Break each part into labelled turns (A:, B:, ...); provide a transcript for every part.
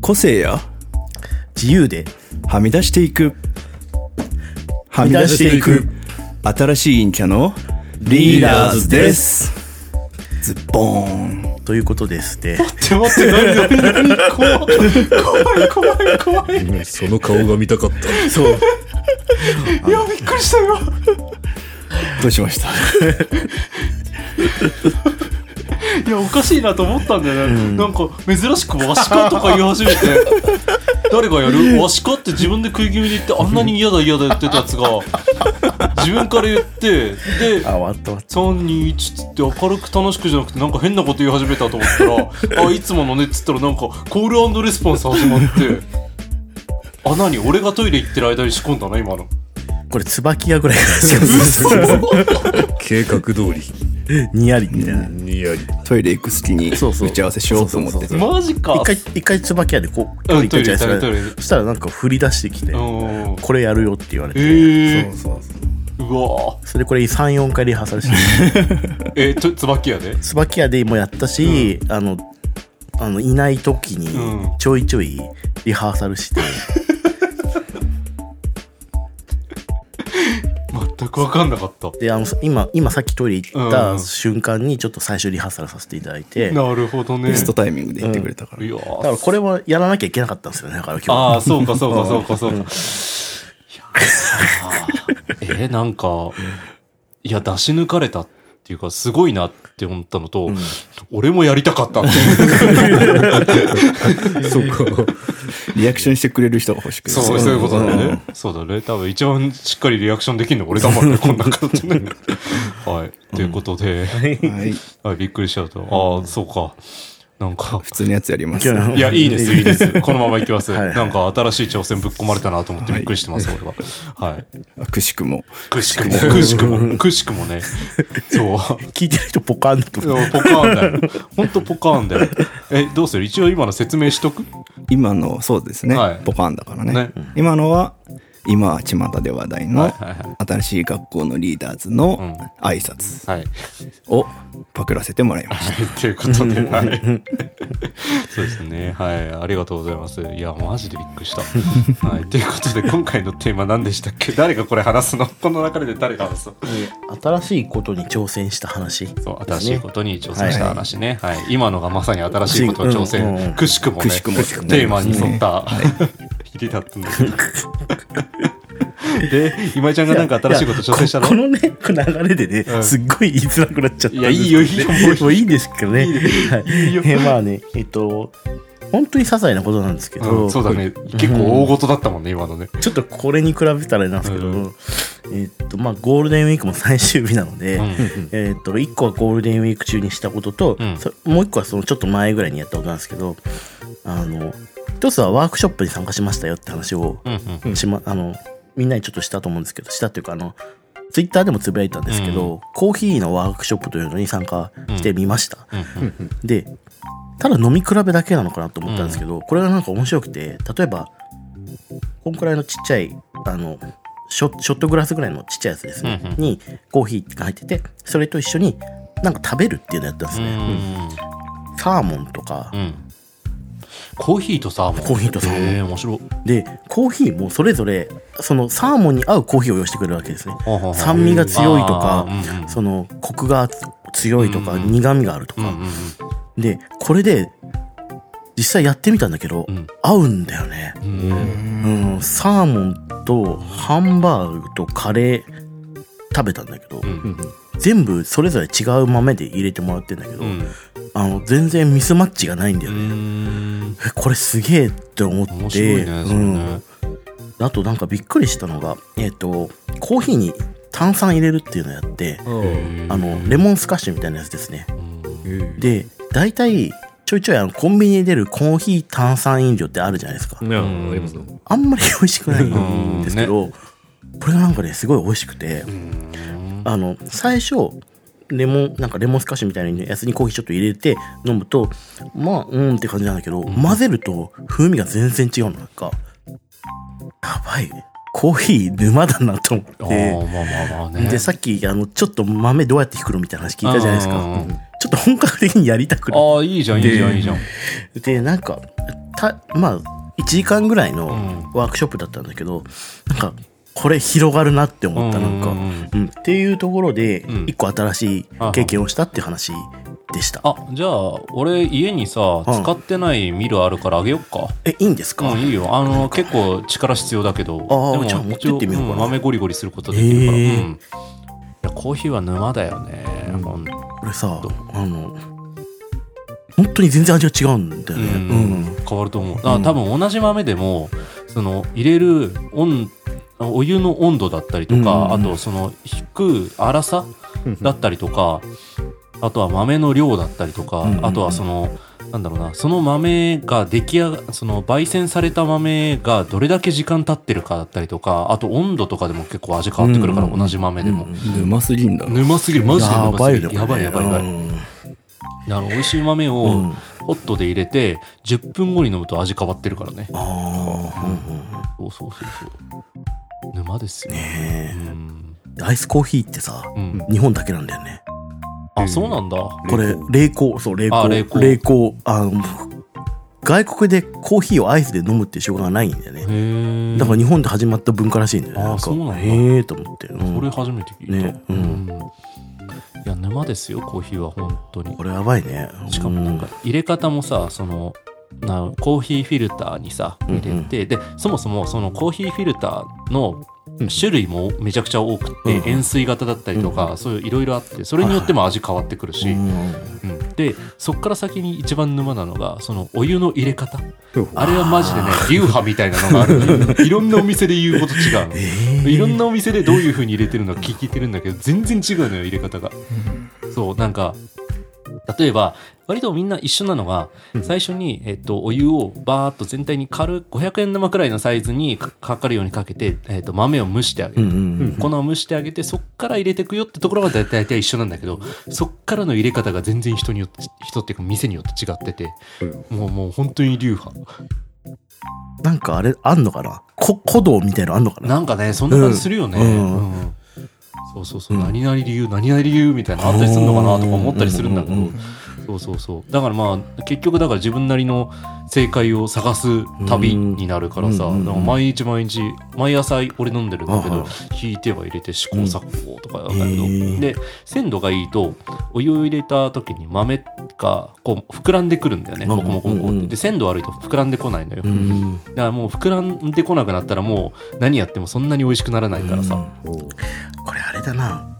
A: 個性や
B: 自由で
A: はみ出していくはみ出していく新しい陰キャのリーダーズですズッボーン
B: ということですね。
C: ちょ、待って、何、何、何、怖い、怖い、怖い、怖い。い
D: その顔が見たかった。
B: そう。
C: や、びっくりしたよ。
A: どうしました
C: いや、おかしいなと思ったんだよね。なんか、珍しく、わしかとか言い始めて。誰がやるわしかって自分で食い気味で言って、あんなに嫌だ嫌だ言ってたやつが、自分から言って、で、
B: あ、わったわっ
C: 321つって明るく楽しくじゃなくてなんか変なこと言い始めたと思ったらあいつものねっつったらなんかコールレスポンス始まってあ何俺がトイレ行ってる間に仕込んだな今の
B: た。これ、椿屋ぐらいから。
D: 計画通り。
B: にやりみたいな。
D: にやり。
A: トイレ行く隙に
B: そうそう
A: 打ち合わせしようと思って
B: そうそう
A: て
B: そう
C: マジか
B: 一回、一回椿屋でこう、
C: うん
B: トイレ行ったじゃない
C: トイレ
B: で
C: 行っ
B: す
C: た
B: か。そしたらなんか振り出してきて、
C: うん
B: これやるよって言われて。
C: へえ
B: そうそうそう。
C: うわ
B: それこれ3、4回リハーサルして、
C: ーえー、と椿屋で
B: 椿屋でもやったし、あの、あの、いない時
C: う
B: に
C: ん
B: ちょいちょいリハーサルして、
C: 全く分かんなかった
B: で、あの、今、今さっきトイレ行っ
C: う
B: た
C: ん
B: 瞬間にちょっと最初リハーサルさせていただいて、だか
C: なるほどね
A: ベストタイミングで行ってくれたから、
C: いやー
B: らこれはやらなきゃいけなかったんですよね、だから今日。
C: ああ、そうか、そうか、そうか、そうか。いやーえーなんか、いや、出し抜かれたっていうか、すごいなって思ったのと、俺もやりたかったっていう。
D: そこ。
A: リアクションしてくれる人が欲しくて
C: そう、そういうことだよね。そうだね。多分一番しっかりリアクションできるの俺だもんね、こんな形ね。はい。ということで、
A: うんはい
C: はい、びっくりしちゃうと。ああ、そうか。なん か、
A: 普通のやつやります
B: 今日の
C: いや、いいです、いいです。このままいきます。
B: はい
C: なんか新しい挑戦ぶっ込まれたなと思ってびっくりして ます、俺は。はい。
A: くしくも
C: くしくも、くしくも、くしくも ね。そう。
B: 聞いてる人ポカンと
C: で。もポカーンだよ。ほんとポカーンだよ。え、どうする一応今の説明しとく
A: 今のそうですね、
C: はい
A: ポカンだからね
C: ね
A: 今のは今巷で話題
C: はい
A: の
C: はいは
A: 新しい学校のリーダーズの挨拶
C: はい。
A: をパクらせてもらいました、
C: ということで、はい。そうですね。はい。ありがとうございます。いや、マジでびっくり した。はい。ということで、今回のテーマ何でしたっけ誰がこれ話すのこの流れで誰が話すの
B: 新しいことに挑戦した話。
C: そう、新しいことに挑戦した話ね。はい。今のがまさに新しいことを挑
B: うんうんう
C: 戦。
B: ん
C: くしくもね、
A: くしくも
C: テーマに沿った、ひりだったんだけど。 で、今井ちゃんがなんか新しいこと挑戦したの
B: いやここのね、この流れでね、
C: うん
B: すっごい言いづらくなっちゃったんです。
C: いやいいよいいよもういい
B: もういいんですけどね。はい
C: いよ
B: えまあね、えっと、本当に些細なことなんですけど、
C: うんそうだね。結構大事だったもんね、今のね。
B: ちょっとこれに比べたらあれなんですけど、
C: うん
B: えっと、まあ、ゴールデンウィークも最終日なので、
C: うん
B: えっと、1個はゴールデンウィーク中にしたことと、
C: うん
B: そもう1個はそのちょっと前ぐらいにやったことなんですけど、あの、一つはワークショップに参加しましたよって話を、
C: うんうん
B: しま、あの、みんなにちょっとしたと思うんですけど、したというか、あの、ツイッターでもつぶやいたんですけど、コーヒーのワークショップというのに参加してみました。
C: うん
B: で、ただ飲み比べだけなのかなと思ったんですけど、これがなんか面白くて、例えば、こんくらいのちっちゃい、あの、ショショットグラスぐらいのちっちゃいやつですね、
C: うんうん
B: にコーヒーが入ってて、それと一緒になんか食べるっていうのやったんです
C: う
B: ね。
C: ん
B: サーモンとか
C: う、んコーヒーとサーモン。
B: コーヒーとサーモン
C: ええ、面白い。
B: で、コーヒーもそれぞれ、そのサーモンに合うコーヒーを用意してくれるわけですね。
C: ほうほうほう
B: 酸味が強いとか
C: あーうんうん
B: そのコクが強いとか、
C: うんうん
B: 苦味があると
C: うんう
B: か、
C: んうん
B: でこれで実際やってみたんだけど、
C: うん
B: 合うんだよね、
C: うん
B: うんサーモンとハンバーグとカレー食べたんだけど、
C: うん
B: 全部それぞれ違う豆で入れてもらってんだけど、
C: うん
B: あの全然ミスマッチがないんだよ
C: う
B: ね、
C: ん
B: えこれすげえって思って
C: 面白いね、それ
B: うん
C: ね。
B: あとなんかびっくりしたのが、えっとコーヒーに炭酸入れるっていうのやって、あのレモンスカッシュみたいなやつですねで大体ちょいちょいあのコンビニで出るコーヒー炭酸飲料ってあるじゃないですか
D: いや、ありますね。
B: あんまり美味しくないんですけど、これがなんかねすごい美味しくて、あの最初レモン、なんかレモンスカッシュみたいなやつにコーヒーちょっと入れて飲むと、まあ、うーんって感じなんだけど、混ぜると風味が全然違うの。なんか、やばい。コーヒー沼だなと思
C: あ
B: って。
C: ーまあまあまあね
B: で、さっき、あの、ちょっと豆どうやってひくのみたいな話聞いたじゃないですか。
C: うんうんうん
B: ちょっと本格的にやりたくなっ
C: ああいいじゃんいいじゃんいいじゃん
B: て。で、なんか、た、まあ、1時間ぐらいの
C: ん
B: ワークショップだったんだけど、なんか、これ広がるなって思った、なんか。
C: うんうんうん
B: うん、っていうところで
C: ん
B: 一個新しい経験をしたっていう話でした、
C: あじゃあ俺家にさ
B: うん
C: 使ってないミルあるからあげよっか
B: えいいんですか、
C: うんいいよあの結構力必要だけどで
B: あーじゃあ持ってってみようかな
C: 一応ん豆ゴリゴリすることできるから、
B: へ
C: うん、
B: ー
C: いやコーヒーは沼だよね、ほん
B: これさ
C: ど
B: あの本当に全然味が違うんだよね
C: うん
B: うん
C: 変わると思うあ多分同じ豆でもその入れる温お湯の温度だったりとか、
B: うん
C: あとその引く粗さだったりとかあとは豆の量だったりとか、
B: うん
C: あとはそのなんだろうなその豆が出来上がその焙煎された豆がどれだけ時間経ってるかだったりとかあと温度とかでも結構味変わってくるから、
B: うん
C: 同じ豆でも、
A: 沼すぎんだ。
C: 沼すぎるマジで
B: や
C: 沼
B: ば
C: すぎ
B: い
C: る
B: ね
C: やばいやばいやばい、あの美味しい豆
B: う
C: を
B: ん
C: ホットで入れて10分後に飲むと味変わってるからね
B: あーうんうん
C: そうそうそうそう沼ですよね
B: ね
C: うん、
B: えアイスコーヒーってさ
C: うん、
B: 日本だけなんだよね
C: あそうなんだ
B: これ冷凍そう冷
C: あ
B: 凍
C: 冷凍
B: 冷凍あの外国でコーヒーをアイスで飲むっていう習慣がないんだよね
C: へえ
B: だから日本で始まった文化らしいんだよね。
C: あー
B: なんか
C: そうなんだ
B: へえと思って。うん
C: それ初めて聞いた、
B: ねうん
C: いや沼ですよコーヒーは本当に
B: これやばいね。
C: しかもなんか入れ方もさそのなコーヒーフィルターにさ入れて、
B: うんうん
C: でそもそもそのコーヒーフィルターの種類もめちゃくちゃ多くて、
B: うん
C: 円錐型だったりとか、そういういろいろあってそれによっても味変わってくるし、
B: うん、うん
C: うんでそっから先に一番沼なのがそのお湯の入れ方
A: うん
C: あれはマジでね流派みたいなのがあるん でいろんなお店で言うこと違うの、いろんなお店でどういう風に入れてるのか聞いてるんだけど全然違うのよ入れ方が、そうなんか例えば割とみんな一緒なのが最初に、えっと、お湯をバーっと全体に軽く500円玉くらいのサイズにかかかるようにかけて、えっと、豆を蒸してあげる
B: う、ん
C: 粉を蒸してあげてそっから入れてくよってところは大体大体一緒なんだけどそっからの入れ方が全然人によって人っていうか店によって違ってて、もうもう本当に流派
B: なんかあれあんのかなこ古道みたいなのあんのかな
C: なんかねそんな感じするよね、
B: うん
C: うんそうそうそう、何々理由何々理由みたいなのあったりするのかなとか思ったりするんだけど、
B: うんうんうん
C: そうそうそうだからまあ結局だから自分なりの正解を探す旅になるからさ、
B: うんうんうん
C: だから毎日毎日毎朝俺飲んでるんだけ
B: はい
C: ど
B: は
C: 引いては入れて試行錯誤とかだけど、
B: うんへー
C: で鮮度がいいとお湯を入れた時に豆がこう膨らんでくるんだよね、
B: うん
C: もこもこもこ
B: う
C: っ
B: んう
C: て
B: ん
C: で鮮度悪いと膨らんでこないのよ、
B: うん
C: だからもう膨らんでこなくなったらもう何やってもそんなに美味しくならないからさ、
B: これあれだな。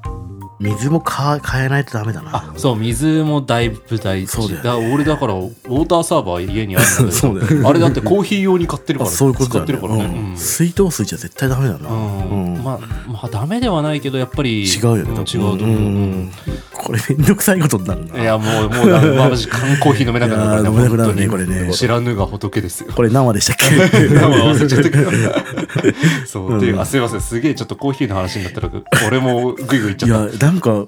B: 水もか変えないとダメだ
C: あ
B: な。
C: そう水もだいぶ大事
B: そうだよね
C: から俺だからウォーターサーバー家にあるんだけど
B: そうだよね
C: あれだってコーヒー用に買ってるから
B: そういうことだ
C: 使
B: よ
C: って
B: ね
C: るからね、
B: う
C: うん
B: ん水道水じゃ絶対ダメだな。
C: うん
B: うん
C: まあ、まあダメではないけどやっぱり
B: 違うよね
C: ん
B: 多分。
C: 違うと思う、
B: んこれめんどくさいことになる
C: い
B: な。
C: やもうもうだまあマジ缶コーヒー飲めなくなる
B: いやー飲めなくなるね
C: 本当に
B: これね
C: 知らぬが仏ですよ
B: これ生でしたっけ
C: 名前 忘れちゃったけど そうっていうあすいませんすげえちょっとコーヒーの話になったら俺もグイグイいっちゃ
B: い
C: った
B: や、なんか、お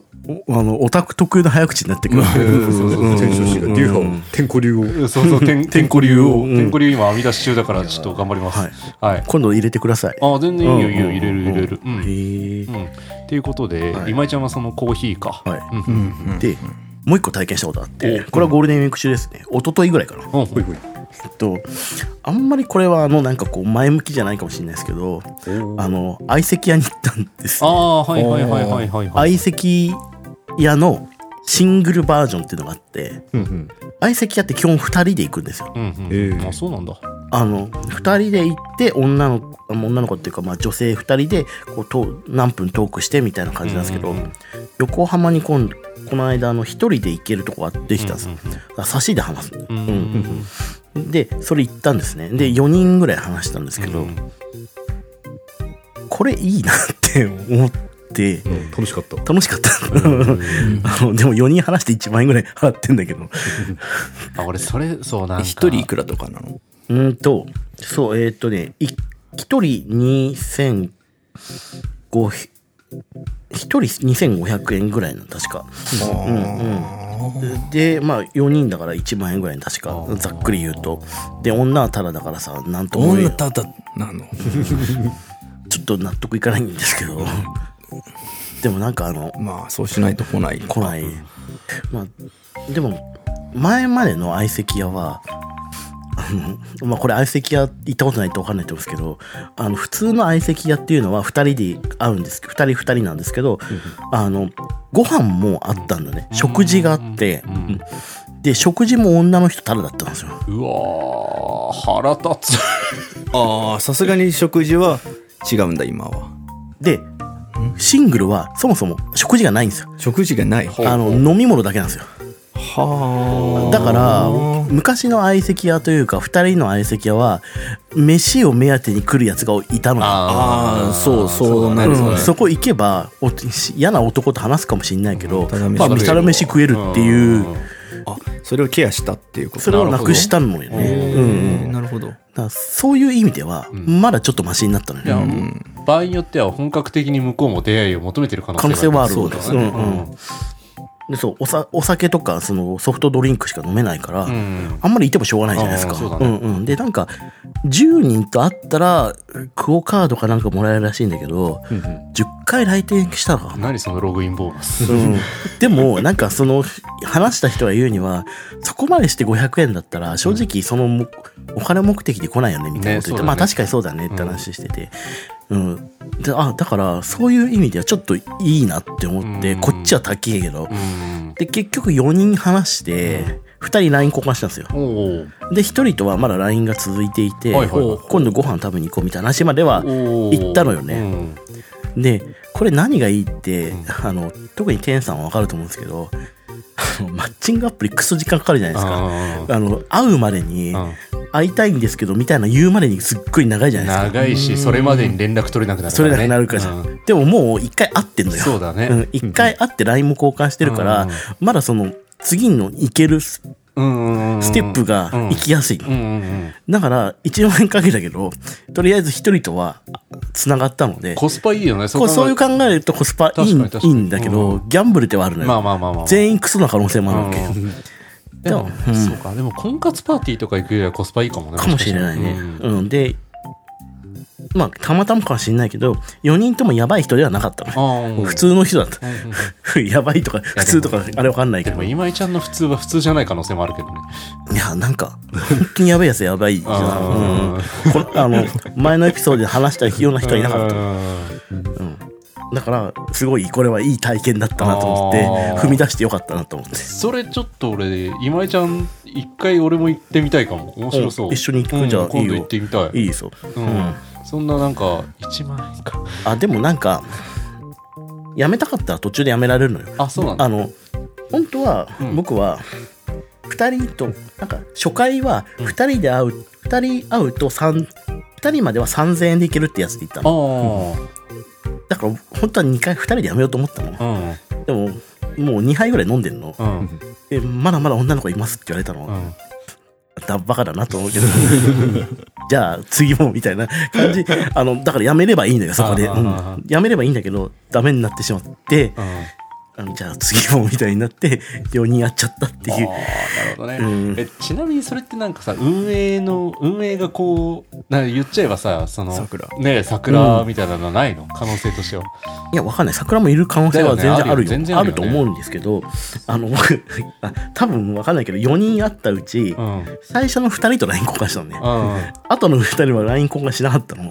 B: あの、オタク特有の早口になってくる。
D: そうそうそう。天正師が流派を、天候流を。
C: そうそう、天天
B: こ
C: 候
B: 流
C: 流
B: を
C: を。
B: うん
C: 天候流今編み出し中だから、ちょっと頑張ります。
B: は
C: はいい。
B: 今度入れてください。
C: ああ、全然いいよ、いいよ、
B: うん
C: 入れる、入れる。うん。
B: へえ
C: う。ん。っていうことで、
B: はい
C: 今井ちゃんはそのコーヒーか。
B: はい
C: うんうん。
B: で、もう一個体験したことあって、
C: お
B: これはゴールデンウィーク中ですね。一昨日ぐらいかな。
C: うん
D: ほいほい。
B: えっと、あんまりこれはあの、なんかこう、前向きじゃないかもしれないですけど、あの、相席屋に行ったんです
C: あ
B: ね。
C: あ、はいはいはいはいはいはい。
B: 相席屋のシングルバージョンっていうのがあって、
D: うんうん。
B: 相席屋って基本2人で行くんですよ。
C: うんうん、
D: ええ
C: あそうなんだ。
B: あの2人で行って女の子女の子っていうか、まあ、女性2人でこうと何分トークしてみたいな感じなんですけど、
C: うんうんうん
B: 横浜に今この間あの1人で行けるとこができたんで
C: う
B: す、
C: んうんうん
B: だから差しで話す、
C: う
B: うん
C: うん
B: んでそれ行ったんですねで4人ぐらい話したんですけど、
C: うん
B: これいいなって思って
D: うん楽しかった。
B: 楽しかった、あのでも4人話して1万円ぐらい払ってんだけど
C: あ俺それそうなんか
A: 一人いくらとかなの
B: うーんと、そう、えーっとね、い一人2500一人2500円ぐらいの確か、うんうん、でまあ4人だから1万円ぐらいの確かざっくり言うとで女はタダだからさなんとも言え
A: 女ただなの
B: ちょっと納得いかないんですけどでもなんかあの
A: まあそうしないと来ない
B: 来ないまあでも前までの相席屋は あのまあこれ相席屋行ったことないと分かんないと思うんですけどあの普通の相席屋っていうのは2人で会うんです2人2人なんですけど、あのご飯もあったんだね食事があって、うんで食事も女の人ただだったんですよ
C: うわー腹立つ
A: ああさすがに食事は違うんだ今は
B: でシングルはそもそも食事がないんですよ
A: 食事がない
B: あの飲み物だけなんですよ
A: は
B: だから昔の相席屋というか2人の相席屋は飯を目当てに来るやつがいたのよ
A: ああそうそうな
C: だ
A: る
C: ね
A: ほど
B: う
A: ね
B: ん、そこ行けばお嫌な男と話すかもしれないけど、
A: ただ飯
B: まあ、
A: 食える
B: ただ飯食えるっていう
A: あそれをケアしたっていうこと
B: それをなくしたのよね、うん
A: えーなるほど
B: だからそういう意味ではまだちょっとマシになったの
C: いや、
B: よ、ね
C: 場合によっては本格的に向こうも出会いを求めてる可能
B: 可能性
C: 性
B: はある
C: そう
B: で
C: ですす
B: う
C: ね
B: んうんでそうおさお酒とかそのソフトドリンクしか飲めないから、
C: ん
B: あんまりいてもしょうがないじゃないですか
C: あーそうだね
B: んうん、でなんか10人と会ったらクオ・カードかなんかもらえるらしいんだけど、10回来店したら
C: 何そのログインボーナス
B: うんでもなんかその話した人が言うにはそこまでして500円だったら正直そのもお金目的で来ないよねみたいなこと
C: ねそう
B: 言って、
C: だね
B: まあ確かにそうだねって話してて、うんであだからそういう意味ではちょっといいなって思って、
C: うん
B: こっちは高いけど、
C: うん
B: で結局4人話して、2人 LINE 交換したんですよ
C: おお
B: で1人とはまだ LINE が続いていて、
C: はいはいはい
B: 今度ご飯食べに行こうみたいな話までは
C: お
B: 行ったのよねでこれ何がいいって、あの特に天さんは分かると思うんですけどあのマッチングアプリクソ時間かかるじゃないですかあの会うまでに会いたいんですけどみたいな言うまでにすっごい長いじゃないですか
C: 長いしそれまでに連絡取れなくなる
B: それなくなるかじゃん、でももう一回会ってんのよ
C: そうだね
B: ん一、回会って LINE も交換してるから、
C: うん
B: まだその次の行けるス
C: うん
B: ステップが行きやすい、
C: うんうんうん
B: だから1万円かけたけどとりあえず一人とはつながったので
C: コスパいいよね
B: こうそういう
C: 考
B: 考えるとコスパいい
C: 確かに確か
B: い
C: に
B: いんだけど、
C: うん
B: ギャンブルではあるの
C: え
B: よ、
C: まあまあまあまあ
B: 全員クソな可能性もあるわけ、
C: うんでもそうかでも婚活パーティーとか行くよりはコスパいいかもね
B: かもしれないね、
C: う
B: うん
C: ん
B: でまあたまたまかもしれないけど4人ともやばい人ではなかった
C: あ
B: の
C: あうん
B: 普通の人だった、
C: うん
B: やばいとか普通とかあれわかんないけ
C: で
B: ど
C: も
B: い
C: 今井ちゃんの普通は普通じゃない可能性もあるけどね
B: やなんか本当にやばいやつやばいじゃん、
C: あ
B: うんこのあの前のエピソードで話したような人はいなかった
C: た
B: だからすごいこれはいい体験だったなと思って
C: あー
B: 踏み出してよかったなと思って
C: それちょっと俺今井ちゃん一回俺も行ってみたいかも面白そう
B: 一緒に行くじゃあ
C: うん今
B: いいよ
C: 度行ってみたい
B: いいですよ
C: うんそんななんか1万円か
B: あでもなんかやめたかったら途中でやめられるのよ
C: あそうなんだ
B: あの本当は
C: うん
B: 僕は2人となんか初回は2人で会う2人会うと3 2人までは3000円でいけるってやつで言った
C: あ
B: のだから本当は2回2人でやめようと思ったの
C: あうん
B: でももう2杯ぐらい飲んでんの
C: うん
B: えまだまだ女の子いますって言われたの、
C: うん
B: だバカだなと思うけど じゃあ次もみたいな感 じあのだからやめればいいんだよそこで、
C: あ
B: う
C: ーあーあ
B: ん、やめればいいんだけどダメになってしまって
C: うんあ
B: あのじゃあ次もみたいになって4人やっちゃったって
C: あ
B: い
C: な
B: う
C: るほどね、
B: うん
C: えちなみにそれってなんかさ運営の運営がこうなんか言っちゃえばさその
A: 桜
C: ねえ桜みたいなのはないの、可能性としてはい
B: やわかんない桜もいる可能性は
C: だよね
B: 全然あるよ
C: あるよ全然
B: あ
C: あ
B: る
C: るよ
B: と
C: ね
B: 思うんですけどあの 僕あ多分わかんないけど4人あったうち、
C: うんうん
B: 最初の2人と LINE 交換したのね、
C: あ
B: 後の2人は LINE 交換しなかったの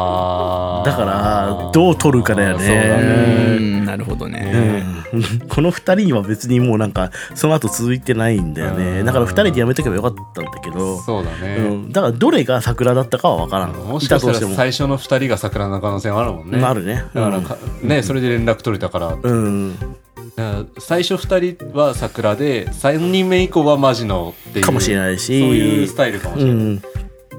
C: あ
B: だからどう取るかだよね
C: そうだ
A: う
C: ね
A: んなるほどね
B: うん この2人は別にもうなんかその後続いてないんだよ
C: う
B: ね
C: ん
B: だから2人でやめとけばよかったんだけど
C: そうだね、
B: うん、だからどれが桜だったかは分からん
C: もしかした
B: いと
C: ら最初の2人が桜の可能性もあるもんね。
B: まああるね
C: だからか、ね、それで連絡取れたから、だか
B: うん、
C: ら最初2人は桜で、3人目以降はマジのっていう。
B: かもしれないし
C: そういうスタイルかもし
B: う
C: れない。
B: ん、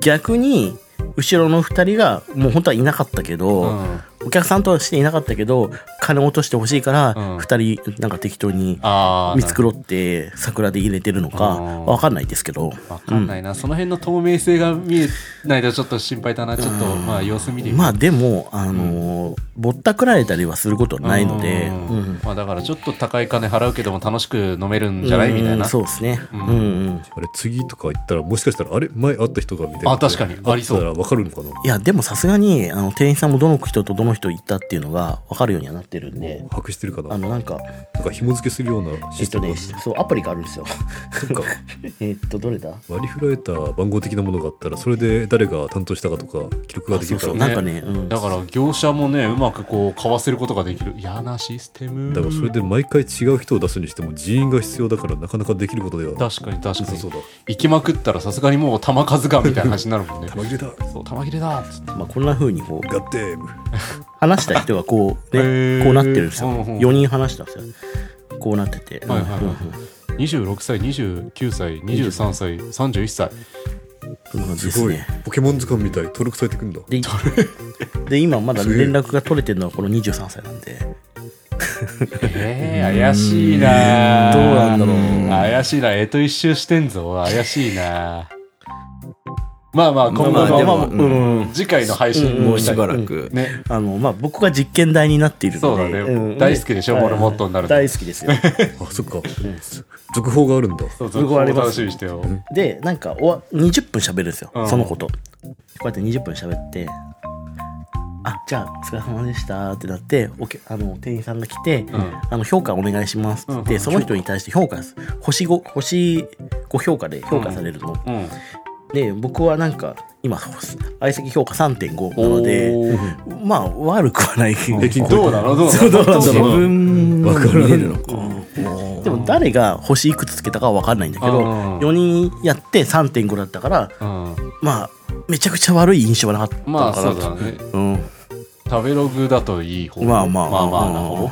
B: 逆に後ろの2人がもう本当はいなかったけど、
C: うん
B: お客さんとはしていなかったけど金落としてほしいから
C: うん
B: 2人なんか適当に
C: ああ
B: 見繕って桜で入れてるのか
C: うん
B: わかんないですけど
C: わかんないな、その辺の透明性が見えないとちょっと心配だなちょっとまあ様子見てみ
B: まあでもあのーぼったくられたりはすることはないので
C: うん
B: うん
C: まあ、だからちょっと高い金払うけども楽しく飲めるんじゃないみたい
B: うん
C: な
B: そうですねうんうん
D: あれ次とか行ったらもしかしたらあれ前会った人がみたいな
C: あ確かにありそう
D: だから分かるのかない
B: やでもさすがにあの店員さんもどの人とどの人行ったっていうのが分かるようにはなってるんで
D: 把握してるかな
B: あ
D: な
B: のなんか
D: んか紐付けするような
B: え
D: シ
B: っ
D: ステ
B: と
D: ム
B: ね
D: が
B: そうアプリがあるんで すよ
D: そっか
B: えっとどれだ
D: 割り振られた番号的なものがあったらそれで誰が担当したかとか記録ができるから
B: あそうそうなんかねうん
C: だから業者もねうまくこう買わせることができる嫌なシステム
D: だからそれで毎回違う人を出すにしても人員が必要だからなかなかできることでは
C: 確かに確か
D: そう
C: に
D: そうだ
C: 行きまくったらさすがにもう玉数がみたいな話になるも んね
D: 玉切れだ
C: そう玉切れだっつって
B: まあこんな風にこう
D: ガッテーム
B: 話した人がこう
C: へ
B: ね
C: ー
B: こうなってるんですよ
C: うんうん
B: 4人話したんですよこうなってて
C: はいはいはい
B: うんうん
C: 26歳29歳23歳31歳
B: そんな感じですす
D: ごい
B: ね
D: ポケモン図鑑みたい登録されてくんだ
B: でで今まだ
D: すげえ
B: 連絡が取れてるのはこの23歳なんで
C: えー、怪しいな
B: どうなんだろう
C: 怪しいなえと一周してんぞ怪しいなまあまあ今後
B: まあ
A: でも
C: の
B: うん
C: 次回の配信
A: も
C: も
A: う
C: した
A: し
C: い
A: ばらく。
C: ね
B: あのまあ僕が実験台になっている
C: そう
B: の
C: だ
B: で
C: ね、
B: うん
C: 大好きでしょ、
B: うん
C: モルモットになるの
B: 大好き ですよ
D: あそっか続報があるんだ
C: そう
B: 僕はあります
C: 楽しみにしてよ、
B: でなんかおわ20分喋るんですよ、
C: うん
B: そのことこうやって20分喋ってあじゃあお疲れ様でしたってなっておけあの店員さんが来て、
C: ん
B: あの評価お願いしますって言って、
C: うん
B: その人に対して評価です星 5, 星5評価で評価されるの、
C: うん、
B: で僕はなんか今相席評価3.5なので
C: おー
B: まあ悪くはない
D: 均
C: どうなのどうなの
B: そうどうなの
A: 自分
D: わ
A: は
D: からん
A: 見れるのか。
B: でも誰が星いくつつけたかは分かんないんだけど、
C: うん
B: 4人やって3.5だったから
C: うん
B: まあめちゃくちゃ悪い印象はなかった
C: ま
B: の
C: あ
B: か
C: そ
B: な
C: う
B: と
C: だね
B: う
C: 食べログだといい方
B: ん、まあまあ
C: まあまあな
B: うん
C: 方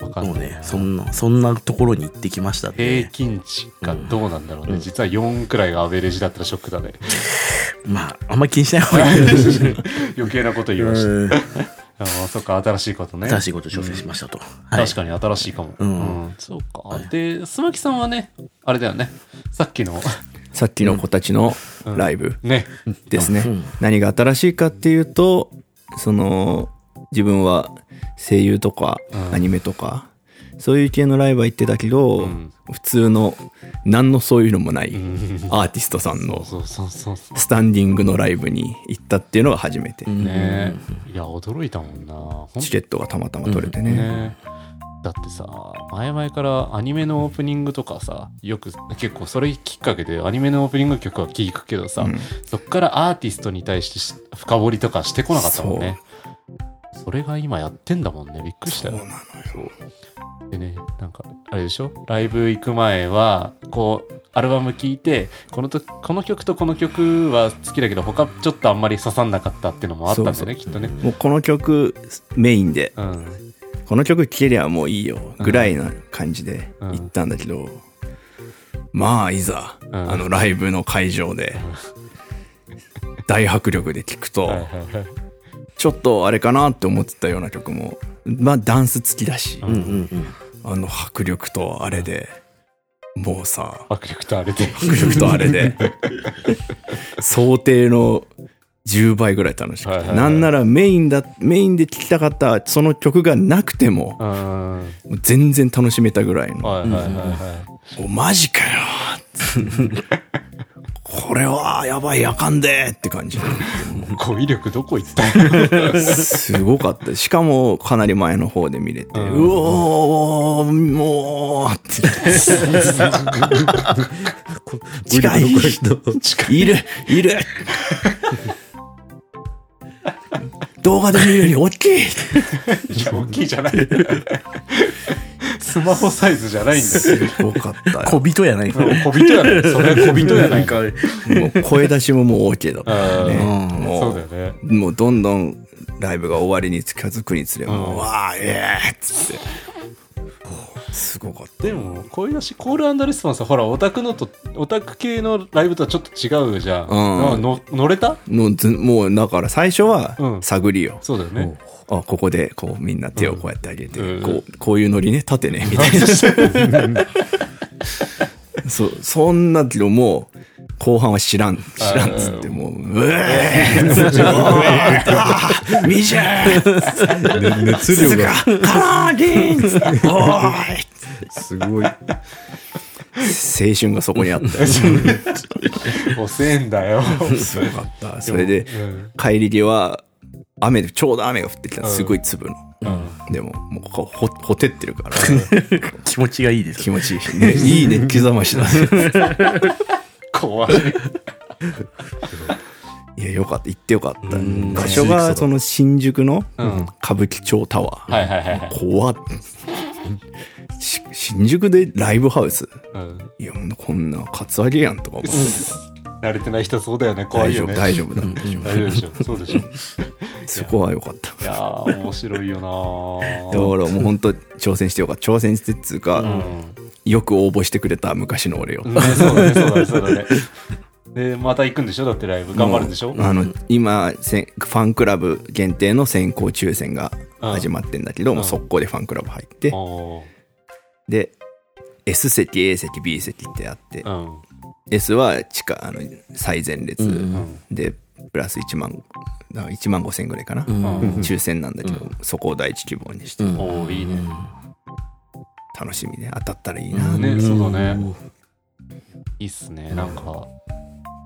C: わかん
B: も
C: な
B: う
C: い
B: ねそんなそんなところに行ってきましたって
C: 平均値がどうなんだろうね、実は4くらいがアベレージだったらショックだね
B: まああんまり気にしない方がいい
C: 余計なこと言いました、
B: うん
C: あーそっか新しいことね
B: 新しいこと挑戦しましたと、はい
C: 確かに新しいかも、
B: うん
C: うんそうか、で須磨木さんはねあれだよねさっきの
A: さっきの子たちのライブ
C: ね
A: ですね。何が新しいかっていうと、その、自分は声優とか
C: うん
A: アニメとか、そういう系のライブは行ってたけど、
C: ん
A: 普通の何のそういうのもない
C: ん
A: アーティストさんの
C: そうそうそうそう
A: スタンディングのライブに行ったっていうのが初めて、
C: ねいや驚いたもんな本当に
A: チケットがたまたま取れてね,、
C: ねだってさ前々からアニメのオープニングとかさよく結構それきっかけでアニメのオープニング曲は聴くけどさ、そっからアーティストに対してし深掘りとかしてこなかったもんねそれが今やってんだもんねびっくりした
A: そう
C: よ
A: なのよ
C: でねなんかあれでしょライブ行く前はこうアルバム聴いてこのとこの曲とこの曲は好きだけど他ちょっとあんまり刺さんなかったっていうのもあったんだよねきっとね
A: もうこの曲メインで
C: うん
A: この曲聴けりゃもういいよぐらいな感じで行ったんだけど、まあいざ、
C: ん
A: あのライブの会場 で、大迫力で聴くと、
C: はいはいはい
A: ちょっとあれかなって思ってたような曲もまあダンス付きだし、
B: うんうんうん
A: あの迫力とあれでもうさ
C: 迫力とあれで
A: 迫力とあ れで想定の10倍ぐらい楽しくて、
C: はいはいはい
A: なんならメインだメインで聴きたかったその曲がなくても
C: うん
A: 全然楽しめたぐらいの
C: はいはいはいはい。
A: 「おマジかよ!」これはやばいやかんでって感じ
C: 語彙力どこ行った
A: すごかったしかもかなり前の方で見れて「うおーもう!」って「近いいるいる動画で見るより大きい!」
C: い や、大きいじゃない。 スマホサイズじゃないんだよ。
A: すごかったよ
B: 小人やないか
C: 小人やない。それは小人やないか。
B: か
A: もう声出しももう OK だったね
B: うん
A: も
C: そうだよね。
A: もうどんどんライブが終わりに近づくにつれ、もうわーえーっつってすごかっ
C: でも声出しコールレスポンスはほらオタクのとオタク系のライブとはちょっと違うじゃん、
A: うん
C: の乗れた
A: たのずもうだから最初
C: う
A: は
C: ん
A: 探りよ、
C: そうだよね、
A: あここでこうみんな手をこうやってあげて、
C: うん
A: こうこういうノリね立てねみたいなそうそんなけどもう後半は知らん知らんっつってもう「うえー!」っつって「うえー!」ミシャー
D: ね熱量
A: 鈴鹿
D: が
A: カラーゲーン!」っつって「おーい!」
D: すごい。
A: 青春がそこにあったよ
C: 遅えんだよ、
A: すごかったそれで
C: うん
A: 帰り際は雨でちょうど雨が降ってきたのすごい粒の、
C: うん
A: でももうここほほてってる から
B: 気持ちがいいです
A: 気持ちいい、ね、いい熱気覚ましだ い
C: 怖い
A: やよかった行ってよかった
D: ん
A: 場所がその新宿の
C: うん
A: 歌舞伎町タワー、
C: はいはいはいはい、
A: 怖っし新宿でライブハウス
C: うん、
A: いやもうこんなカツアゲやんとか思って
C: 慣れてない人そうだよね怖
A: 大
C: い
A: 丈
C: よ
A: 夫
C: ね
A: 大丈夫だ、大丈夫
C: 大丈夫でしょそうでしょ
A: そこはよかった
C: いやー面白いよな
A: だから
C: ー
A: もう本当挑戦してよかった挑戦してっつうか、
C: うん
A: よく応募してくれた昔の俺よ、
C: ね、そうだねそうだねそうだねでまた行くんでしょだってライブ頑張るんでしょ、
A: あの今せんファンクラブ限定の先行抽選が始まってんだけど、
C: ん
A: もう速攻でファンクラブ入って、
C: おー
A: で S 席 A 席 B 席ってあって、
C: うん、
A: S は地下あの最前列、
B: うん
A: でプラス1万だから1万5千ぐらいかな、
C: ん
A: 抽選なんだけど、そこを第一希望にして、
B: うん
C: おーいいね
A: 楽しみで当たったらいいな、
C: ねそうだねいいっすねなんか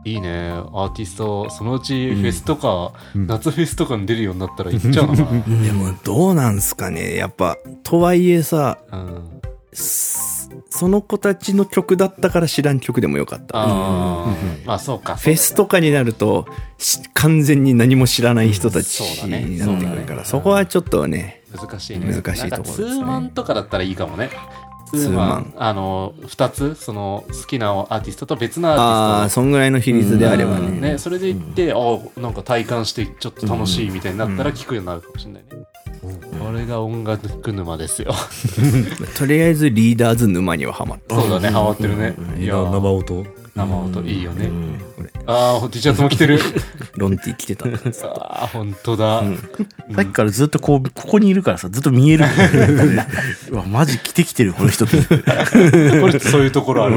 C: いいねアーティストそのうちフェスとか、夏フェスとかに出るようになったら行っちゃうのか
A: でもどうなんすかねやっぱとはいえさ
C: な、うん、
A: すその子たちの曲だったから知らん曲でもよかった
C: あー、まあそうか
A: フェスとかになるとし完全に何も知らない人たち
C: うんそうだね
A: になってくるから、そこはちょっとね
C: 難しいね
A: 難しいところですね
C: なんかツーマンとかだったらいいかもねツ
A: ー
C: ー
A: マ
C: マ
A: ン
C: ンあの2つその好きなアーティストと別の
A: あ
C: ア
A: あ
C: ーティス
A: そんぐらいの比率
C: ト
A: であればね,、
C: うんねそれで行って、ああなんか体感してちょっと楽しいみたいになったら聞くようになるかもしれないね、これが音楽沼ですよ
A: とりあえずリーダーズ沼にはハマった
C: そうだねハマってるね、い
D: い
C: や
D: や生音。
C: 生音いいよね、ああ T シャツも着 てる
A: ロンティ来てたんだ
C: ああ本当だ、
B: さっきからずっとこう、ここにいるからさ、ずっと見え る。うわ、マジ来てきてる、この人って。
C: これそういうところある、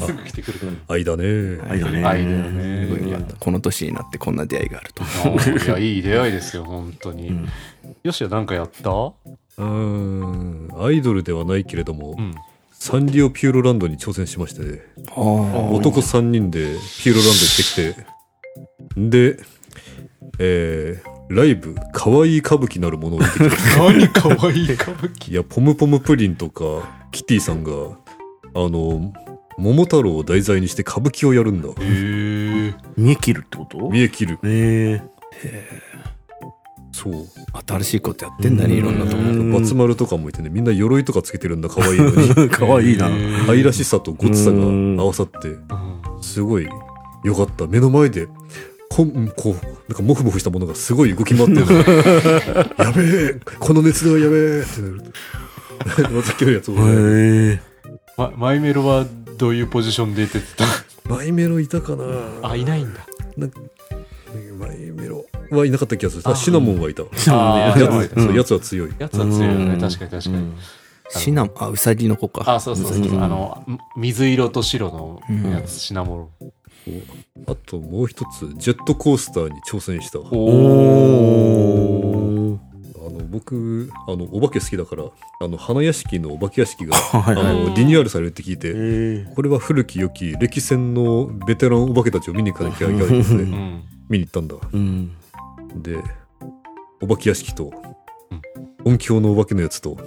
C: すぐ来てくるから、
D: 愛だね。
B: 愛だね。
C: 愛だよねいや
A: この年になってこんな出会いがあると
C: いや、いい出会いですよ、本当に。よしや、なんかやった
D: うーんアイドルではないけれども、
C: ん
D: サンリオピューロランドに挑戦しまして、ね、男3人でピューロランド行ってきてで、えーライブ「かわいい歌舞伎」なるものを見てきて
C: 何かわいい歌舞伎。
D: いやポムポムプリンとかキティさんがあの桃太郎を題材にして歌舞伎をやるんだ
C: へえ。
B: 見え切るってこと
D: 見え切る
B: え
D: そう
A: 新しいことやってんだねいろんなとこ
D: バツ丸とかもいてねみんな鎧とかつけてるんだかわいいのに
B: え。かわいいな。
D: 愛らしさとごつさが合わさってすごい良かった目の前でこんこうなんかモフモフしたものがすごい動き回ってるやべえこの熱量やべえってなる また今日やつもね
B: え。
C: まマイメロはどういうポジションで出てた
D: マイメロいたかな
C: あ、いないんだ。
D: マイメロはいなかった気がするあシナモンはいた
C: あー
D: や
C: や
D: つ,、そうやつは強い
C: つは強いよね、確かに確かに。
A: シナモンあウサギの子か
C: あ、そうそうそう。あの、水色と白のやつ、シナモロ。
D: あともう一つジェットコースターに挑戦した
C: おー。
D: あの僕あのお化け好きだからあの花屋敷のお化け屋敷が
B: はいはい
D: あのリニューアルされるって聞いて、
B: え
D: これは古き良き歴戦のベテランお化けたちを見に行かなきゃいけないです
C: う
D: ね。
C: ん。
D: 見に行ったんだ。
B: うん。
D: で、お化け屋敷と、音響のお化けのやつと、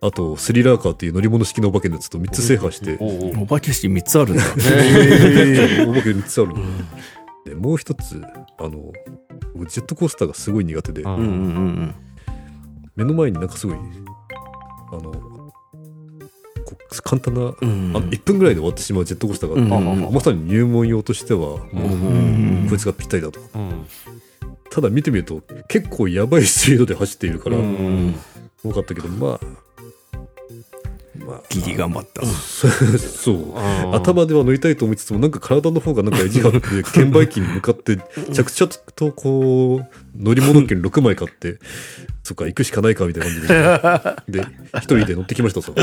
D: あとスリラーカーっていう乗り物式のお化けのやつと3つ制覇して、
C: お
D: お化
C: ー おー。
A: お化け屋敷3つあるんだ
D: け3つある。で、もう一つ、あの、僕ジェットコースターがすごい苦手で、
C: うん
B: うんうんうん
D: 目の前になんかすごい、あの、こう簡単な、
B: うん。
D: あの1分ぐらいで終わってしまうジェットコースターがあって、
B: うんうん
D: まさに入門用としては、もうこいつがぴったりだと。
C: うん。
D: ただ見てみると結構やばいスピードで走っているから
C: うん。
D: 多かったけどまあまあ、
E: ギリ頑張った。
D: そう頭では乗りたいと思いつつもなんか体の方がなんか意地があって券売機に向かって着々とこう乗り物券6枚買ってそっか行くしかないかみたいな感じでで一人で乗ってきましたそれ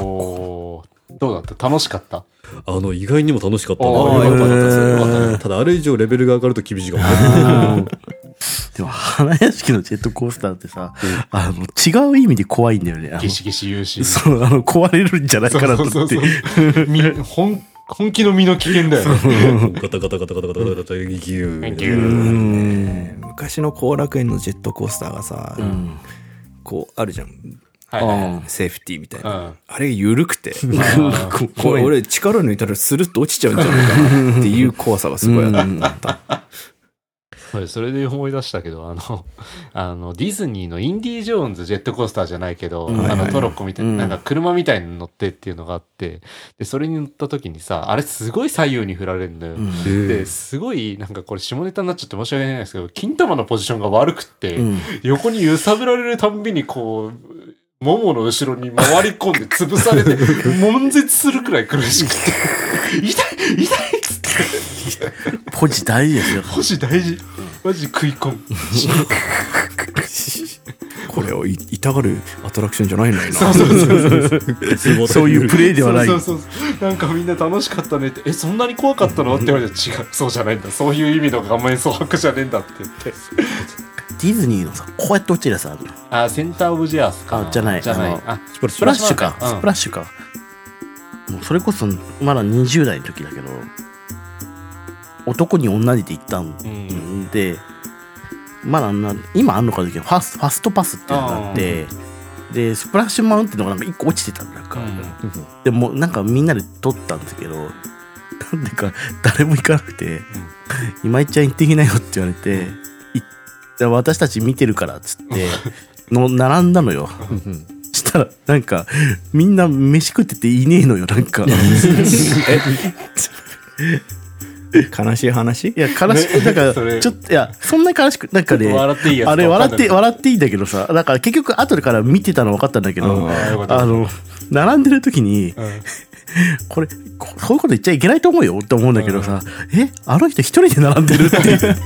C: おーどうだった楽しかった
D: あの意外にも楽しかったな
C: おーよかったですよかったです
D: ただあれ以上レベルが上がると厳しいかもね
B: でも、花屋敷のジェットコースターってさ、あの、違う意味で怖いんだよね。あの
C: ゲシゲシ言うし
B: そう、あの、壊れるんじゃないかなと
C: そう
B: 思って
C: そう。そうみ 本本気の身の危険だよね
D: ガタガタガタガタガタガタガタギュー
C: ギュー
E: ね昔の後楽園のジェットコースターがさ、こうあるじゃん
C: はいはい
E: セーフティーみたいな、
C: うん
E: あれ緩く てこ
B: 怖
E: れ
B: い。
E: 俺力抜いたらスルッと落ちちゃうんじゃないかなっていう怖さがすごいあった、
C: これそれで思い出したけどあの あのディズニーのインディ・ージョーンズジェットコースターじゃないけど、
B: ん
C: あ
E: はい
C: の
E: はい
C: トロッコみたいな,、
B: うん
C: なんか車みたいに乗ってっていうのがあってでそれに乗った時にさあれすごい左右に振られるんだよ、
B: うん
C: ですごいなんかこれ下ネタになっちゃって申し訳ないんですけど金玉のポジションが悪くって、
B: うん
C: 横に揺さぶられるたんびにこうももの後ろに回り込んで潰さ れて悶絶するくらい苦しくて痛い痛いっつって
B: ポジ大事ですよ。
C: 腰大事マジ食い込 む。
E: これをい 痛がるアトラクションじゃないのよな
B: そういうプレイではない。
C: そうそうそうなんかみんな楽しかったねってえそんなに怖かったのって言われて違うそうじゃないんだそういう意味の顔面蒼白じゃねえんだって言って
B: ディズニーのさ、こうやって落ちるやつある。
C: あセンターオブジェアスか
B: あじゃない
C: じゃな
B: あ
C: い
B: の
C: あ
D: スプラッ
B: ス
D: シ
B: プ
D: ュ
B: ラッシュか。
C: うん
B: スプラッシュか。もうそれこそ、まだ20代の時だけど、男に女にって言った
C: うんん
B: で、まだあんな、今あんのかだけど、ファスファストパスっていうのがあって、で、スプラッシュマウンテンのがなんか1個落ちてたんだか
C: う
B: ら。
C: ん
B: でもなんかみんなで撮ったんですけどなんでか誰も行かなくて「今井ちゃん行ってきなよ」って言われて行った「私たち見てるから」っつっての並んだのよしたらなんかみんな飯食ってていねえのよなんか
E: 悲しい話
B: いや悲しくだか
C: それ
B: らちょっといやそんなに悲しくなんかね
C: 笑っていいやつか
B: あれ
C: わかんな
B: 笑っ
C: い
B: て笑っていいんだけどさだから結局後でから見てたの分かったんだけど、
E: うん
C: あよかった
B: あの並んでる時に、
C: うん
B: これ、 こそういうこと言っちゃいけないと思うよって思うんだけどさ、え、あの人一人で並んでるっていう。